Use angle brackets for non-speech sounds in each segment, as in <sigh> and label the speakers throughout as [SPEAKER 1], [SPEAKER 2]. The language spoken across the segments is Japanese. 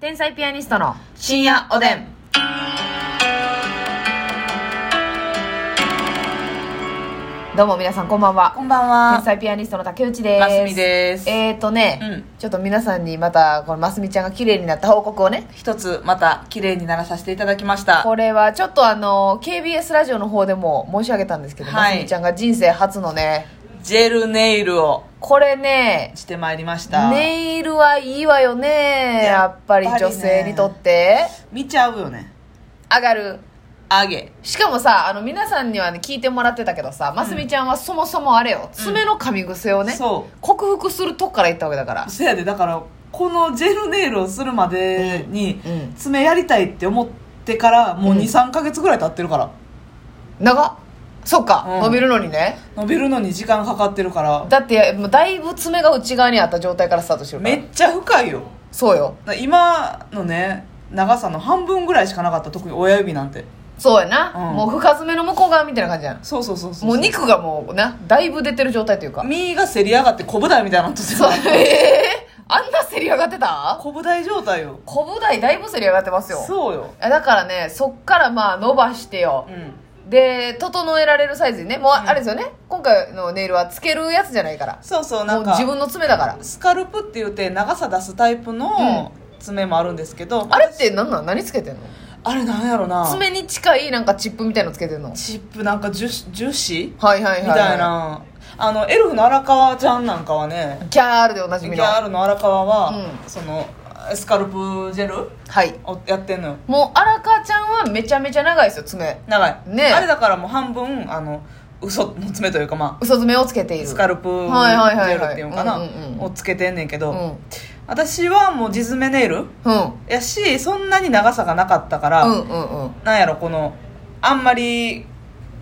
[SPEAKER 1] 天才ピアニストの
[SPEAKER 2] 深夜おでん。
[SPEAKER 1] どうも皆さんこんばんは
[SPEAKER 2] こんばん
[SPEAKER 1] 天
[SPEAKER 2] は。
[SPEAKER 1] 才ピアニストの竹内です
[SPEAKER 2] ますみです
[SPEAKER 1] えっ、ー、とね、
[SPEAKER 2] うん
[SPEAKER 1] ちょっと皆さんにまたこのますみちゃんが綺麗になった報告をね
[SPEAKER 2] 一つまた綺麗にならさせていただきました。
[SPEAKER 1] これはちょっとあの KBS ラジオの方でも申し上げたんですけど、
[SPEAKER 2] はい
[SPEAKER 1] ますみちゃんが人生初のね
[SPEAKER 2] ジェルネイルを
[SPEAKER 1] これね
[SPEAKER 2] してまいりました。
[SPEAKER 1] ネイルはいいわよねや
[SPEAKER 2] や
[SPEAKER 1] っ
[SPEAKER 2] っ
[SPEAKER 1] ぱ
[SPEAKER 2] ぱ
[SPEAKER 1] り
[SPEAKER 2] りね
[SPEAKER 1] 女性にとって
[SPEAKER 2] 見ちゃうよね。
[SPEAKER 1] 上がる
[SPEAKER 2] あげ。
[SPEAKER 1] しかもさあの皆さんにはね聞いてもらってたけどさますみちゃんはそもそもあれよ爪の噛み癖をね、
[SPEAKER 2] そ
[SPEAKER 1] 克服するとこから行ったわけだから
[SPEAKER 2] う。せやで、だから、このジェルネイルをするまでに
[SPEAKER 1] うんうん、
[SPEAKER 2] 爪やりたいって思ってから、もう
[SPEAKER 1] うん
[SPEAKER 2] 2、3ヶ月ぐらい経ってるから。
[SPEAKER 1] 長っそっか、
[SPEAKER 2] うん
[SPEAKER 1] 伸びるのにね
[SPEAKER 2] 伸びるのに時間かかってるから、
[SPEAKER 1] だってもうだいぶ爪が内側にあった状態からスタートしてるか
[SPEAKER 2] め
[SPEAKER 1] ら
[SPEAKER 2] っちゃ深いよ。
[SPEAKER 1] そうよ
[SPEAKER 2] だ今のね、長さの半分ぐらいしかなかった、特に親指なんて。
[SPEAKER 1] そうやな、
[SPEAKER 2] うん
[SPEAKER 1] もう深爪の向こう側みたいな感じやん
[SPEAKER 2] そうそうそうそう。
[SPEAKER 1] もう肉がもうなだいぶ出てる状態というか
[SPEAKER 2] 身がせり上がってコブダイみたいになっとって
[SPEAKER 1] そう <laughs>
[SPEAKER 2] た
[SPEAKER 1] えー、あんなせり上がってた
[SPEAKER 2] コブダイ状態よ
[SPEAKER 1] 小舞台だいぶせり上がってますよ
[SPEAKER 2] そうよ
[SPEAKER 1] いやだからねそっからまあ伸ばしてよ
[SPEAKER 2] う、ん
[SPEAKER 1] で整えられるサイズにねもうあれですよね、今回のネイルはつけるやつじゃないから
[SPEAKER 2] そうそうな
[SPEAKER 1] も
[SPEAKER 2] ん
[SPEAKER 1] う
[SPEAKER 2] か
[SPEAKER 1] 自分の爪だから
[SPEAKER 2] スカルプって言って長さ出すタイプの爪もあるんですけど、
[SPEAKER 1] あれって何なん何つけてんの
[SPEAKER 2] あれなんやろな
[SPEAKER 1] 爪に近いなんかチップみたいのつけてんの
[SPEAKER 2] チップなんか樹樹脂
[SPEAKER 1] はいはいはい、
[SPEAKER 2] みたいなあのエルフの荒川ちゃんなんかはね
[SPEAKER 1] ギャールでおなじ
[SPEAKER 2] ギ
[SPEAKER 1] みの
[SPEAKER 2] ャールの荒川は、
[SPEAKER 1] う
[SPEAKER 2] そのスカルプジェル
[SPEAKER 1] はい
[SPEAKER 2] をやってんのよ
[SPEAKER 1] もう荒川ちゃんはめちゃめちゃ長いですよ爪
[SPEAKER 2] 長い、
[SPEAKER 1] ねえ
[SPEAKER 2] あれだからもう半分あの嘘の爪というかまあ
[SPEAKER 1] 嘘爪をつけている
[SPEAKER 2] スカルプジ
[SPEAKER 1] はいはいはいはい
[SPEAKER 2] ェルっていうのかな、
[SPEAKER 1] うんうんうん
[SPEAKER 2] をつけてんねんけど、
[SPEAKER 1] うん
[SPEAKER 2] 私はもう地爪ネイ
[SPEAKER 1] う
[SPEAKER 2] ル
[SPEAKER 1] ん
[SPEAKER 2] やしそんなに長さがなかったから、
[SPEAKER 1] うんうんうん
[SPEAKER 2] なんやろこのあんまり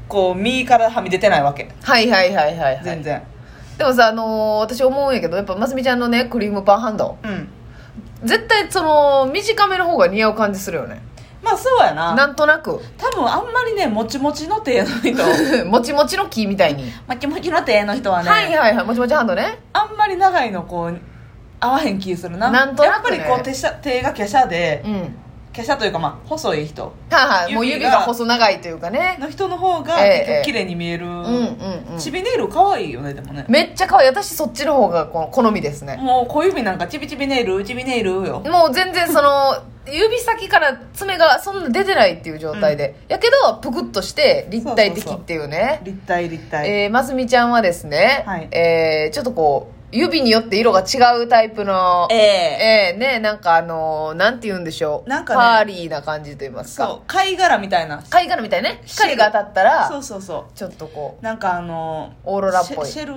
[SPEAKER 2] こう右からはみ出てないわけ
[SPEAKER 1] はいはいはいはい、は
[SPEAKER 2] 全
[SPEAKER 1] い、
[SPEAKER 2] 然、
[SPEAKER 1] でもさあのー私思うんやけどやっぱますみちゃんのねクリームパンハンド
[SPEAKER 2] うん
[SPEAKER 1] 絶対その短めの方が似合う感じするよね
[SPEAKER 2] まあそうやな
[SPEAKER 1] なんとなく
[SPEAKER 2] 多分あんまりねもちもちの手の
[SPEAKER 1] <laughs>
[SPEAKER 2] 人
[SPEAKER 1] もちもちの木みたいに、
[SPEAKER 2] もちもちの手の人はね、
[SPEAKER 1] はいはいはいもちもちハンドね
[SPEAKER 2] あんまり長いのこう合わへん気するな
[SPEAKER 1] なんとなくね
[SPEAKER 2] やっぱりこう手しゃ手が華奢で、
[SPEAKER 1] うん
[SPEAKER 2] 華奢というかまあ細い人
[SPEAKER 1] はいはいもう指
[SPEAKER 2] 指
[SPEAKER 1] が
[SPEAKER 2] が
[SPEAKER 1] 細長いというかね
[SPEAKER 2] の人の方が
[SPEAKER 1] ええ
[SPEAKER 2] 結
[SPEAKER 1] ええ
[SPEAKER 2] 構綺麗に見える、
[SPEAKER 1] うんうんうん
[SPEAKER 2] チビネイル可愛いよねでもね
[SPEAKER 1] めっちゃ可愛い私そっちの方がこの好みですね
[SPEAKER 2] もう小指なんかチビチビネイルチビネイルよ
[SPEAKER 1] もう全然その指先から爪がそんな出てないっていう状態で、やけどプクッとして立体的っていうね
[SPEAKER 2] 立体立体、
[SPEAKER 1] えー、ますみちゃんはですね、
[SPEAKER 2] はい
[SPEAKER 1] えーちょっとこう指によって色が違うタイプの
[SPEAKER 2] え
[SPEAKER 1] え
[SPEAKER 2] え
[SPEAKER 1] ーねなんかあのーなんて言うんでしょう
[SPEAKER 2] なんかね
[SPEAKER 1] パーリーな感じと言いますか
[SPEAKER 2] そう貝殻みたいな
[SPEAKER 1] 貝殻みたいね光が当たった
[SPEAKER 2] そう
[SPEAKER 1] ら
[SPEAKER 2] そうそ
[SPEAKER 1] ちょっとこ
[SPEAKER 2] うなんかあの
[SPEAKER 1] オーロラっぽい
[SPEAKER 2] シェシェル、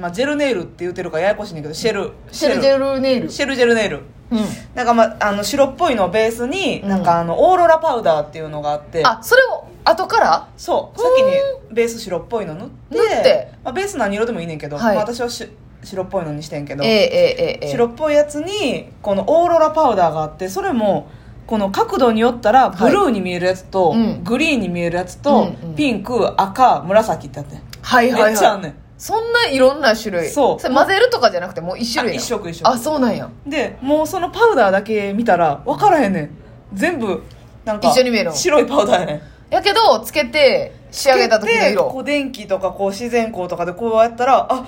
[SPEAKER 2] まあ、ジェルネイルって言ってるからややこしいねんだけどシェル
[SPEAKER 1] うシェルジェルネイル
[SPEAKER 2] シェルジェルネイル
[SPEAKER 1] うん
[SPEAKER 2] なんかまああの白っぽいのをベースに、
[SPEAKER 1] うん
[SPEAKER 2] なんかあのオーロラパウダーっていうのがあって
[SPEAKER 1] あそれを後から
[SPEAKER 2] そう先にベース白っぽいの塗って
[SPEAKER 1] 塗って
[SPEAKER 2] まあ、ベース何色でもいいねんけど、
[SPEAKER 1] はい
[SPEAKER 2] まあ、私はし白っぽいのにしてんけど、
[SPEAKER 1] ええええええ
[SPEAKER 2] 白っぽいやつにこのオーロラパウダーがあってそれもこの角度によったらブルーに見えるやつと、
[SPEAKER 1] はいうん
[SPEAKER 2] グリーンに見えるやつと、
[SPEAKER 1] うんうん
[SPEAKER 2] ピンク赤紫ってあって、
[SPEAKER 1] はいはいはい
[SPEAKER 2] めっちゃあんねん
[SPEAKER 1] そんないろんな種類
[SPEAKER 2] そう
[SPEAKER 1] れ混ぜるとかじゃなくてもう一種類なの
[SPEAKER 2] あ一色一色
[SPEAKER 1] あそうなんや
[SPEAKER 2] でもうそのパウダーだけ見たら分からへんねん全部なんか
[SPEAKER 1] 一緒に見えるの
[SPEAKER 2] 白いパウダーやねん
[SPEAKER 1] やけどつけて仕上げた時の
[SPEAKER 2] でこ
[SPEAKER 1] 色
[SPEAKER 2] う電気とかこう自然光とかでこうやったらあ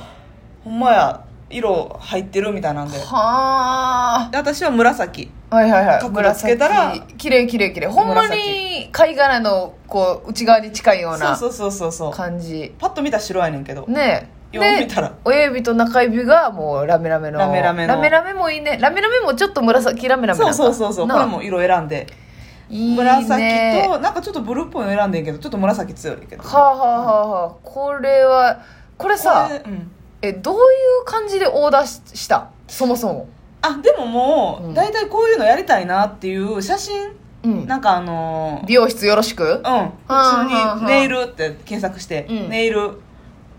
[SPEAKER 2] ほんまや色入ってるみたいなんで
[SPEAKER 1] はあ
[SPEAKER 2] で私は紫
[SPEAKER 1] はいはいはい
[SPEAKER 2] 角度つけたら
[SPEAKER 1] 紫綺麗綺麗綺麗ほんまに貝殻のこう内側に近いような
[SPEAKER 2] そうそうそうそうそう
[SPEAKER 1] 感じ
[SPEAKER 2] パッと見たら白やねんけど
[SPEAKER 1] ねえ
[SPEAKER 2] よう見たら
[SPEAKER 1] 親指と中指がもうラメラメの
[SPEAKER 2] ラメラメの
[SPEAKER 1] ラメラメもいいねラメラメもちょっと紫ラメラメな
[SPEAKER 2] そ
[SPEAKER 1] ん
[SPEAKER 2] う
[SPEAKER 1] か
[SPEAKER 2] そうそうそうこ
[SPEAKER 1] なあ
[SPEAKER 2] れも色選んで
[SPEAKER 1] いいね
[SPEAKER 2] 紫と
[SPEAKER 1] は
[SPEAKER 2] なんかちょっとブルーっぽいの選んでんけどちょっと紫強いけど
[SPEAKER 1] あはあはあはあこれはこれさ
[SPEAKER 2] これうん
[SPEAKER 1] えどういう感じでオーダーししたそもそも
[SPEAKER 2] あでもも
[SPEAKER 1] うん
[SPEAKER 2] う大体、こういうのやりたいなっていう写真
[SPEAKER 1] うん
[SPEAKER 2] なんかあのー
[SPEAKER 1] 美容室よろしく
[SPEAKER 2] うん
[SPEAKER 1] はあ
[SPEAKER 2] 普通に「ネイル」って検索して「
[SPEAKER 1] うん
[SPEAKER 2] ネイル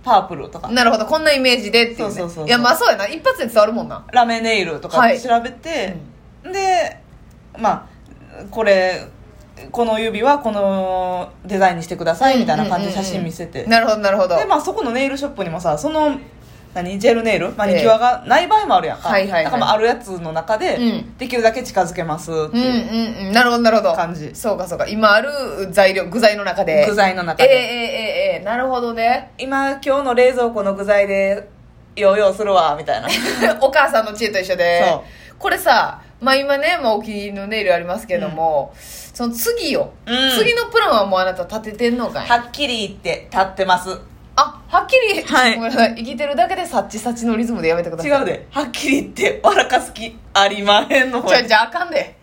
[SPEAKER 2] パープル」とか
[SPEAKER 1] なるほどこんなイメージでっていう、ね、
[SPEAKER 2] そうそうそうそう
[SPEAKER 1] やまあそうやな一発で伝わるもんな
[SPEAKER 2] 「ラメネイル」とか
[SPEAKER 1] はい
[SPEAKER 2] 調べて、でまあこれこの指はこのデザインにしてくださいみたいな感じで写真見せて、
[SPEAKER 1] なるほどなるほど
[SPEAKER 2] でまあそこのネイルショップにもさその何ジェルネイルマニキュアがない場合もあるやんか、
[SPEAKER 1] はいはいはい
[SPEAKER 2] だからまああるやつの中で、
[SPEAKER 1] うん
[SPEAKER 2] できるだけ近づけますって
[SPEAKER 1] うんう
[SPEAKER 2] いう、
[SPEAKER 1] んうんなるほどなるほど
[SPEAKER 2] 感じ
[SPEAKER 1] そうかそうか今ある材料具材の中で
[SPEAKER 2] 具材の中
[SPEAKER 1] ええ
[SPEAKER 2] で、
[SPEAKER 1] ええええなるほどね
[SPEAKER 2] 今今日の冷蔵庫の具材でヨーヨーするわみたいな
[SPEAKER 1] お母さんの知恵と一緒で
[SPEAKER 2] そ
[SPEAKER 1] これさまあ今ね、まあ、お気に入りのネイルありますけども、その次よ、
[SPEAKER 2] うん
[SPEAKER 1] 次のプランはもうあなた立ててんのかい
[SPEAKER 2] はっきり言って立ってます
[SPEAKER 1] あはっきり、
[SPEAKER 2] はい
[SPEAKER 1] ごめんなさい生きてるだけでサッチサチのリズムでやめてください
[SPEAKER 2] 違うではっきり言って笑かす気ありまへんの
[SPEAKER 1] じゃじゃあかんで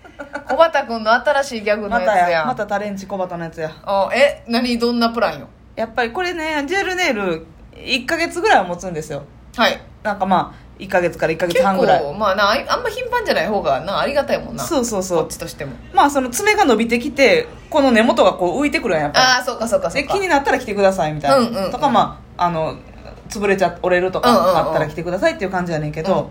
[SPEAKER 1] 小畑君の新しいギャグの
[SPEAKER 2] また
[SPEAKER 1] やつや
[SPEAKER 2] や
[SPEAKER 1] ん
[SPEAKER 2] またタレンチ小畑のやつや
[SPEAKER 1] あえ何どんなプランよ
[SPEAKER 2] やっぱりこれねジェルネイル1ヶ月ぐらいは持つんですよ
[SPEAKER 1] はい
[SPEAKER 2] なんかまあ1ヶ月から1ヶ月
[SPEAKER 1] 結
[SPEAKER 2] 半ぐら
[SPEAKER 1] 構
[SPEAKER 2] い
[SPEAKER 1] まあなあいあんま頻繁じゃない方がなありがたいもんな
[SPEAKER 2] そうそうそ
[SPEAKER 1] こっ
[SPEAKER 2] う
[SPEAKER 1] ちとしても
[SPEAKER 2] まあその爪が伸びてきてこの根元がこう浮いてくるやんやっぱ
[SPEAKER 1] ああそうかそうかそ
[SPEAKER 2] り
[SPEAKER 1] う
[SPEAKER 2] で
[SPEAKER 1] か
[SPEAKER 2] 気になったら来てくださいみたいな、
[SPEAKER 1] うんうん
[SPEAKER 2] とかまああの潰れちゃ折れるとか
[SPEAKER 1] うんうんうん
[SPEAKER 2] あったら来てくださいっていう感じやねんけど、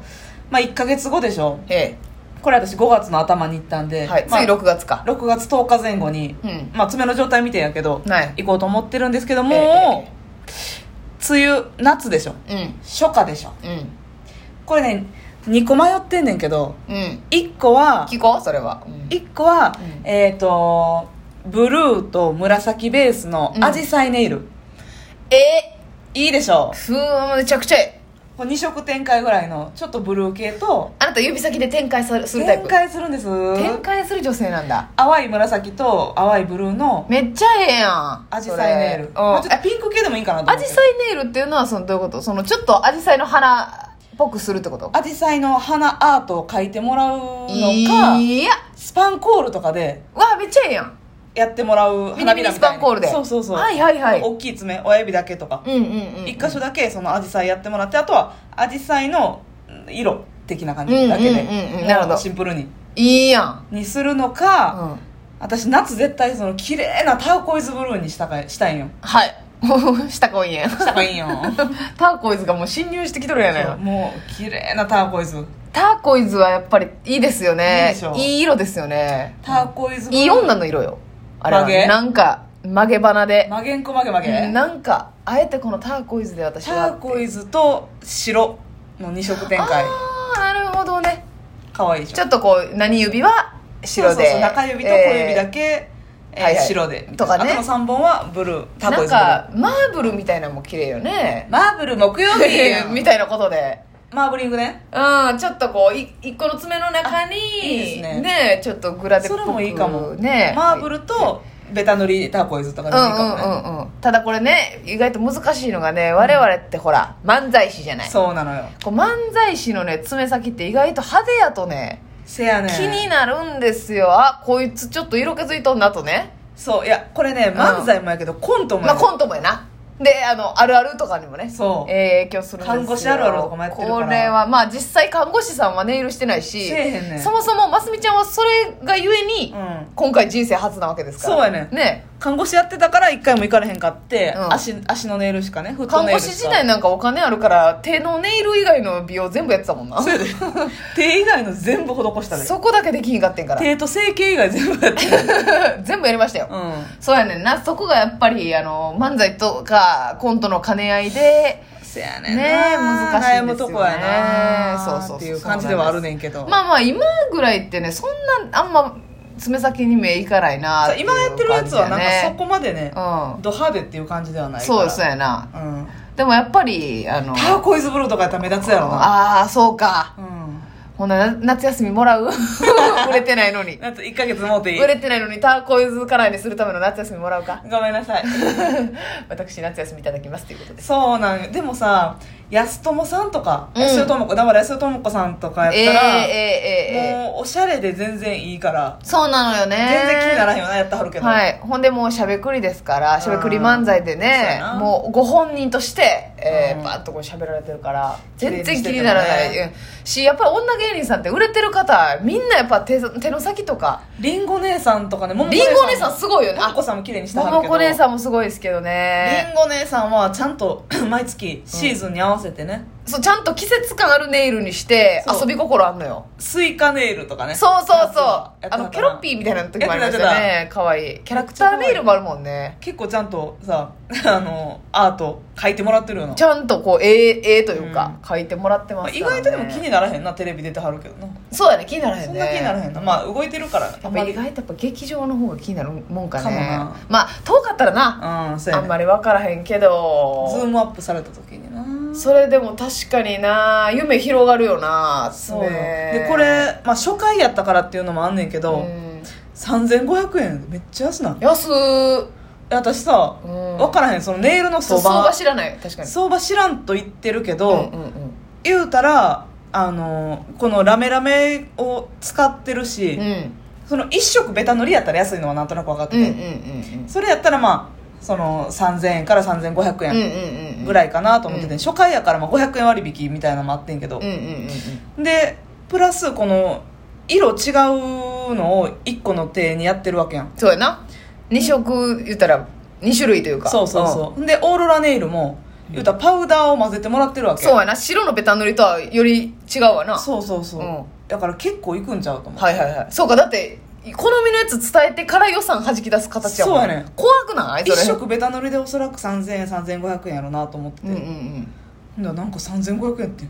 [SPEAKER 2] まあ1ヶ月後でしょ
[SPEAKER 1] え
[SPEAKER 2] これ私5月の頭に行ったんで、
[SPEAKER 1] えはい、
[SPEAKER 2] まあ
[SPEAKER 1] 次6月か
[SPEAKER 2] 6月10日前後に、
[SPEAKER 1] うん
[SPEAKER 2] まあ、爪の状態見てんやけど、
[SPEAKER 1] はい
[SPEAKER 2] 行こうと思ってるんですけども、
[SPEAKER 1] え
[SPEAKER 2] 梅雨夏でしょ
[SPEAKER 1] うん
[SPEAKER 2] 初夏でしょ
[SPEAKER 1] うん
[SPEAKER 2] これね2個迷ってんねんけど
[SPEAKER 1] うん
[SPEAKER 2] 1個は
[SPEAKER 1] 聞こうそれは、うん
[SPEAKER 2] 1個は、
[SPEAKER 1] うん
[SPEAKER 2] えっ、とブルーと紫ベースの
[SPEAKER 1] うん
[SPEAKER 2] アジサイネイル、
[SPEAKER 1] え
[SPEAKER 2] いいでしょ
[SPEAKER 1] ふーんめちゃくちゃええ
[SPEAKER 2] う2色展開ぐらいのちょっとブルー系と
[SPEAKER 1] あなた指先で展開するするタイ
[SPEAKER 2] 展
[SPEAKER 1] プ
[SPEAKER 2] 開するんです
[SPEAKER 1] 展開する女性なんだ
[SPEAKER 2] 淡い紫と淡いブルーの
[SPEAKER 1] めっちゃええやん
[SPEAKER 2] アジサイネイル、
[SPEAKER 1] それ
[SPEAKER 2] ま
[SPEAKER 1] う
[SPEAKER 2] あ、
[SPEAKER 1] ん
[SPEAKER 2] ちょっとピンク系でもいいかなと思
[SPEAKER 1] ア
[SPEAKER 2] っ
[SPEAKER 1] ジ
[SPEAKER 2] て
[SPEAKER 1] サイネイルっていうのはそのどういうことそのちょっとアジサイの花っぽくするってこと
[SPEAKER 2] アジサイの花アートを描いてもらうのか、
[SPEAKER 1] いや
[SPEAKER 2] スパンコールとかで
[SPEAKER 1] わめっちゃええやん
[SPEAKER 2] やってもらう
[SPEAKER 1] ミニ
[SPEAKER 2] 花
[SPEAKER 1] ミ
[SPEAKER 2] び
[SPEAKER 1] ニ
[SPEAKER 2] ら
[SPEAKER 1] ス
[SPEAKER 2] みたいな
[SPEAKER 1] パンコールで
[SPEAKER 2] そうそうそう、
[SPEAKER 1] はいはいはい
[SPEAKER 2] 大きい爪親指だけとか、
[SPEAKER 1] うんうんうん
[SPEAKER 2] 一箇所だけそのアジサイやってもらってあとはアジサイの色的な感じだけで、
[SPEAKER 1] うんうんうんうんなるほど
[SPEAKER 2] シンプルに
[SPEAKER 1] いいやん
[SPEAKER 2] にするの
[SPEAKER 1] う
[SPEAKER 2] か、
[SPEAKER 1] ん
[SPEAKER 2] 私夏絶対その綺麗なターコイズブルーにしたかいしたいんよ
[SPEAKER 1] はい <laughs> したこいんやん <laughs>
[SPEAKER 2] したかい <laughs> んよ
[SPEAKER 1] ターコイズがもう侵入してきとるやない
[SPEAKER 2] そうもう綺麗なターコイズ
[SPEAKER 1] ターコイズはやっぱりいいですよ
[SPEAKER 2] いい
[SPEAKER 1] ね
[SPEAKER 2] でしょ
[SPEAKER 1] いい色ですよね
[SPEAKER 2] ターコイズブルー
[SPEAKER 1] いい女の色よあれは
[SPEAKER 2] 曲げ
[SPEAKER 1] なんか曲げ花で
[SPEAKER 2] 曲げんこ曲げ曲げ、
[SPEAKER 1] なんかあえてこのターコイズで私
[SPEAKER 2] タ
[SPEAKER 1] は
[SPEAKER 2] ーコイズと白の二色展開
[SPEAKER 1] ああなるほどね
[SPEAKER 2] 可愛いでし
[SPEAKER 1] ち
[SPEAKER 2] ょ
[SPEAKER 1] ょっとこう何指は白で
[SPEAKER 2] そうそうそう中指と小指だ
[SPEAKER 1] け、
[SPEAKER 2] け、えー
[SPEAKER 1] はいはい
[SPEAKER 2] 白で
[SPEAKER 1] とかね
[SPEAKER 2] あとの3本はブルー
[SPEAKER 1] えー
[SPEAKER 2] ターコ
[SPEAKER 1] な
[SPEAKER 2] イ
[SPEAKER 1] ん
[SPEAKER 2] ズブルー
[SPEAKER 1] かマーブルみたいなのも綺麗よね
[SPEAKER 2] マーブル木曜
[SPEAKER 1] <laughs> み
[SPEAKER 2] 日
[SPEAKER 1] たいなことで
[SPEAKER 2] マーブリングね
[SPEAKER 1] うんちょっとこうい一個の爪の中に
[SPEAKER 2] いいですね
[SPEAKER 1] えちょっとグラデっぽ
[SPEAKER 2] そ
[SPEAKER 1] く
[SPEAKER 2] れもいいかも、
[SPEAKER 1] ねえ
[SPEAKER 2] マーブルとベタ塗りターコイズとか
[SPEAKER 1] うん
[SPEAKER 2] で
[SPEAKER 1] う
[SPEAKER 2] もいいかもね、
[SPEAKER 1] んうんうんただこれね意外と難しいのがね我々ってほら漫才師じゃない
[SPEAKER 2] そうなのよ
[SPEAKER 1] こう漫才師のね爪先って意外と派手やとね
[SPEAKER 2] せやねん
[SPEAKER 1] 気になるんですよあこいつちょっと色気づいとんなとね
[SPEAKER 2] そういやこれね漫才もやけど、コントも
[SPEAKER 1] ま
[SPEAKER 2] や
[SPEAKER 1] あコントもやなであのあるあるとかにもね
[SPEAKER 2] そう
[SPEAKER 1] えー影響するんですよ
[SPEAKER 2] 看護師あるあるとかもやってるから
[SPEAKER 1] これはまあ実際看護師さんはネイルしてないし
[SPEAKER 2] せえへんねん
[SPEAKER 1] そもそもますみちゃんはそれがゆえに、
[SPEAKER 2] うん
[SPEAKER 1] 今回人生初なわけですから
[SPEAKER 2] そうやねん
[SPEAKER 1] ね
[SPEAKER 2] 看護師やってたから一回も行かれへんかって、
[SPEAKER 1] うん
[SPEAKER 2] 足足のネイルしかねフット
[SPEAKER 1] 看
[SPEAKER 2] ネイ
[SPEAKER 1] 護
[SPEAKER 2] ル
[SPEAKER 1] 師
[SPEAKER 2] し
[SPEAKER 1] 時
[SPEAKER 2] か
[SPEAKER 1] 代なんかお金あるから手のネイル以外の美容全部やってたもんな
[SPEAKER 2] そうや
[SPEAKER 1] <laughs>
[SPEAKER 2] で手以外の全部施したで
[SPEAKER 1] そこだけできひんかってんから
[SPEAKER 2] 手と整形以外全部やってる
[SPEAKER 1] <laughs> 全部やりましたよ、
[SPEAKER 2] うん
[SPEAKER 1] そうやねんなそこがやっぱりあの漫才とかコントの兼ね合いで
[SPEAKER 2] せやねんな
[SPEAKER 1] ねえ難しいですよね
[SPEAKER 2] 悩むとこやな
[SPEAKER 1] そうそうそう
[SPEAKER 2] っていう感じではあるねんけど、
[SPEAKER 1] まあまあ今ぐらいってねそんなあんま爪先に目いかないな
[SPEAKER 2] 今やってるやつはなんかそ
[SPEAKER 1] こ
[SPEAKER 2] こまでね
[SPEAKER 1] うん
[SPEAKER 2] ド派手っていう感じではないから
[SPEAKER 1] そうですやな
[SPEAKER 2] うん
[SPEAKER 1] でもやっぱりあの
[SPEAKER 2] ターコイズブルーとかやったら目立つやろな
[SPEAKER 1] ああそうか
[SPEAKER 2] うん
[SPEAKER 1] ほんなら夏休みも <laughs> らう売れてないのに
[SPEAKER 2] なんと1ヶ月もうていい
[SPEAKER 1] 売れてないのにターコイズカラーにするための夏休みもらうか
[SPEAKER 2] ごめんなさい
[SPEAKER 1] 私夏休みいただきますということです
[SPEAKER 2] そうなんよでもさ安友さんとか
[SPEAKER 1] うん
[SPEAKER 2] 安代智子だから安代智子さんとかやっ
[SPEAKER 1] ええ
[SPEAKER 2] たら、
[SPEAKER 1] ええええ
[SPEAKER 2] もうおしゃれで全然いいから
[SPEAKER 1] そうなのよね
[SPEAKER 2] 全然気にならへんよなやってはるけど、
[SPEAKER 1] はい、ほんでもうしゃべくりですからしゃべくり漫才でね
[SPEAKER 2] うん
[SPEAKER 1] もうご本人として、え
[SPEAKER 2] う
[SPEAKER 1] ー、
[SPEAKER 2] ん
[SPEAKER 1] バーッとこうしゃべられてるから
[SPEAKER 2] 綺麗
[SPEAKER 1] 全
[SPEAKER 2] に
[SPEAKER 1] 然気にならない
[SPEAKER 2] してても
[SPEAKER 1] うんしやっぱり女芸人さんって売れてる方みんなやっぱ手手の先とか
[SPEAKER 2] りんご姉さんとかねももこ
[SPEAKER 1] りんご姉さん
[SPEAKER 2] ん
[SPEAKER 1] すごいよね
[SPEAKER 2] ももこさんも綺麗にしては
[SPEAKER 1] も
[SPEAKER 2] る
[SPEAKER 1] も
[SPEAKER 2] けど
[SPEAKER 1] こ姉さんもすごいですけど
[SPEAKER 2] りん
[SPEAKER 1] ね
[SPEAKER 2] ご姉さんはちゃんと毎月シーズンに合わせてね、
[SPEAKER 1] そうちゃんと季節感あるネイルにして
[SPEAKER 2] そう
[SPEAKER 1] 遊び心あんのよ
[SPEAKER 2] スイカネイルとかね
[SPEAKER 1] そうそう
[SPEAKER 2] 夏
[SPEAKER 1] そう
[SPEAKER 2] はやって
[SPEAKER 1] あ
[SPEAKER 2] た
[SPEAKER 1] の
[SPEAKER 2] か
[SPEAKER 1] ケ
[SPEAKER 2] ら
[SPEAKER 1] ロッピーみたいな時もありましたよ
[SPEAKER 2] やってたや
[SPEAKER 1] ね可愛いキャラクターネイルもあるもんね
[SPEAKER 2] 結構ちゃんとさ <laughs> あのアート描いてもらってるよな
[SPEAKER 1] ちゃんとこう絵絵という
[SPEAKER 2] う
[SPEAKER 1] か書いてもらって
[SPEAKER 2] ま
[SPEAKER 1] ま
[SPEAKER 2] あ
[SPEAKER 1] す
[SPEAKER 2] 意
[SPEAKER 1] からね
[SPEAKER 2] 外とでも気にならへんなテレビ出てはるけどな
[SPEAKER 1] そうやね気にならへんね
[SPEAKER 2] そんな気にならへんなまあ動いてるから
[SPEAKER 1] や
[SPEAKER 2] あ
[SPEAKER 1] っ
[SPEAKER 2] ん
[SPEAKER 1] ぱ
[SPEAKER 2] ま
[SPEAKER 1] 意
[SPEAKER 2] り
[SPEAKER 1] 外とやっぱ劇場の方が気になるもんかね
[SPEAKER 2] かもな
[SPEAKER 1] まあ遠かったらな、
[SPEAKER 2] うんそう
[SPEAKER 1] あ
[SPEAKER 2] や
[SPEAKER 1] ん
[SPEAKER 2] ね
[SPEAKER 1] まり分からへんけど
[SPEAKER 2] ズームアップされた時にな
[SPEAKER 1] それでも確かにな夢広がるよな
[SPEAKER 2] そうよ
[SPEAKER 1] 爪
[SPEAKER 2] でこれ、まあ、初回やったからっていうのもあんねんけど、
[SPEAKER 1] うん
[SPEAKER 2] 3500円めっちゃ安ない
[SPEAKER 1] 安う
[SPEAKER 2] 私さ、
[SPEAKER 1] うん
[SPEAKER 2] 分からへんそのネイルの
[SPEAKER 1] そう
[SPEAKER 2] 相
[SPEAKER 1] 相場
[SPEAKER 2] 場
[SPEAKER 1] 知らない確かに
[SPEAKER 2] 相場知らんと言ってるけど、
[SPEAKER 1] うんうんうん
[SPEAKER 2] 言うたらあのこのラメラメを使ってるし、
[SPEAKER 1] うん
[SPEAKER 2] その一色ベタ塗りやったら安いのはなんとなく分かって
[SPEAKER 1] うんうん
[SPEAKER 2] て、
[SPEAKER 1] うん
[SPEAKER 2] それやったらまあその3000円から3500
[SPEAKER 1] うんうん
[SPEAKER 2] 円
[SPEAKER 1] うんうん
[SPEAKER 2] ぐらいかなと思ってて、
[SPEAKER 1] うん
[SPEAKER 2] 初回やからまあ500円割引みたいなのもあってんけど
[SPEAKER 1] うん、うんうんうん
[SPEAKER 2] でプラスこの色違うのを1個の手にやってるわけやん
[SPEAKER 1] そうやな2色言ったら2種類というか
[SPEAKER 2] そうそうそう、でオーロラネイルも言うたらパウダーを混ぜてもらってるわ
[SPEAKER 1] うん
[SPEAKER 2] け
[SPEAKER 1] そうやな白のベタ塗りとはより違うわな
[SPEAKER 2] そうそうそう
[SPEAKER 1] うん
[SPEAKER 2] だから結構いくんちゃうと思う
[SPEAKER 1] はいはいはいそうかだって好みのやつ伝えてから予算弾き出す形やもん
[SPEAKER 2] そうやね
[SPEAKER 1] 怖くない
[SPEAKER 2] 一
[SPEAKER 1] それ
[SPEAKER 2] 色ベタ塗りでおそらく3000円3500円やろなと思ってて、
[SPEAKER 1] うんうんうん
[SPEAKER 2] だからなんか3500円って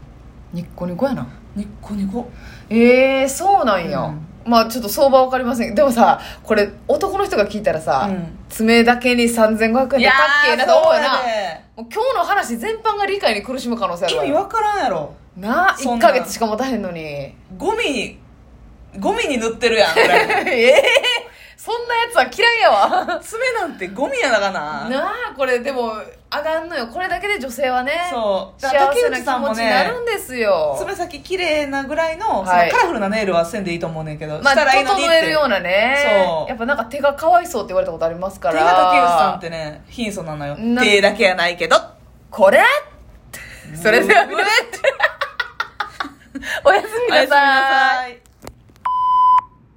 [SPEAKER 1] ニッコニコやな
[SPEAKER 2] ニッコニコ
[SPEAKER 1] ええそうなんや、
[SPEAKER 2] うん
[SPEAKER 1] まあちょっと相場わかりませんでもさこれ男の人が聞いたらさ、
[SPEAKER 2] うん
[SPEAKER 1] 爪だけに3500円でたっけーなと思うよな
[SPEAKER 2] そうや
[SPEAKER 1] もう今日の話全般が理解に苦しむ可能性あ
[SPEAKER 2] で
[SPEAKER 1] る
[SPEAKER 2] 意味わからんやろ
[SPEAKER 1] なあ
[SPEAKER 2] そ
[SPEAKER 1] 1
[SPEAKER 2] んな
[SPEAKER 1] ヶ月しか持たへんのにえ
[SPEAKER 2] ゴミにゴミに塗ってるやんこれ
[SPEAKER 1] えそんなやつは嫌いやわ
[SPEAKER 2] 爪なんてゴミやだからな
[SPEAKER 1] なあこれでも上がんのよこれだけで女性はね
[SPEAKER 2] そうだから
[SPEAKER 1] 幸
[SPEAKER 2] 竹
[SPEAKER 1] せ
[SPEAKER 2] 内
[SPEAKER 1] な
[SPEAKER 2] さ
[SPEAKER 1] 気
[SPEAKER 2] んも
[SPEAKER 1] 持ちにな
[SPEAKER 2] ね
[SPEAKER 1] るんですよ
[SPEAKER 2] 爪先綺麗なぐらいの,、
[SPEAKER 1] はい
[SPEAKER 2] そのカラフルなネイルはせんでいいと思うねんけど、
[SPEAKER 1] まあ
[SPEAKER 2] したらいいのにっ
[SPEAKER 1] 整
[SPEAKER 2] て
[SPEAKER 1] えるようなね
[SPEAKER 2] そう
[SPEAKER 1] やっぱなんか手がかわいそうって言われたことありますか
[SPEAKER 2] 手
[SPEAKER 1] ら
[SPEAKER 2] が竹内さんってね貧相なのよ
[SPEAKER 1] な
[SPEAKER 2] 手だけやないけど
[SPEAKER 1] これそれでは
[SPEAKER 2] う
[SPEAKER 1] <laughs> 皆さんおやすみ
[SPEAKER 2] おや
[SPEAKER 1] な
[SPEAKER 2] すみな
[SPEAKER 1] さい
[SPEAKER 2] さい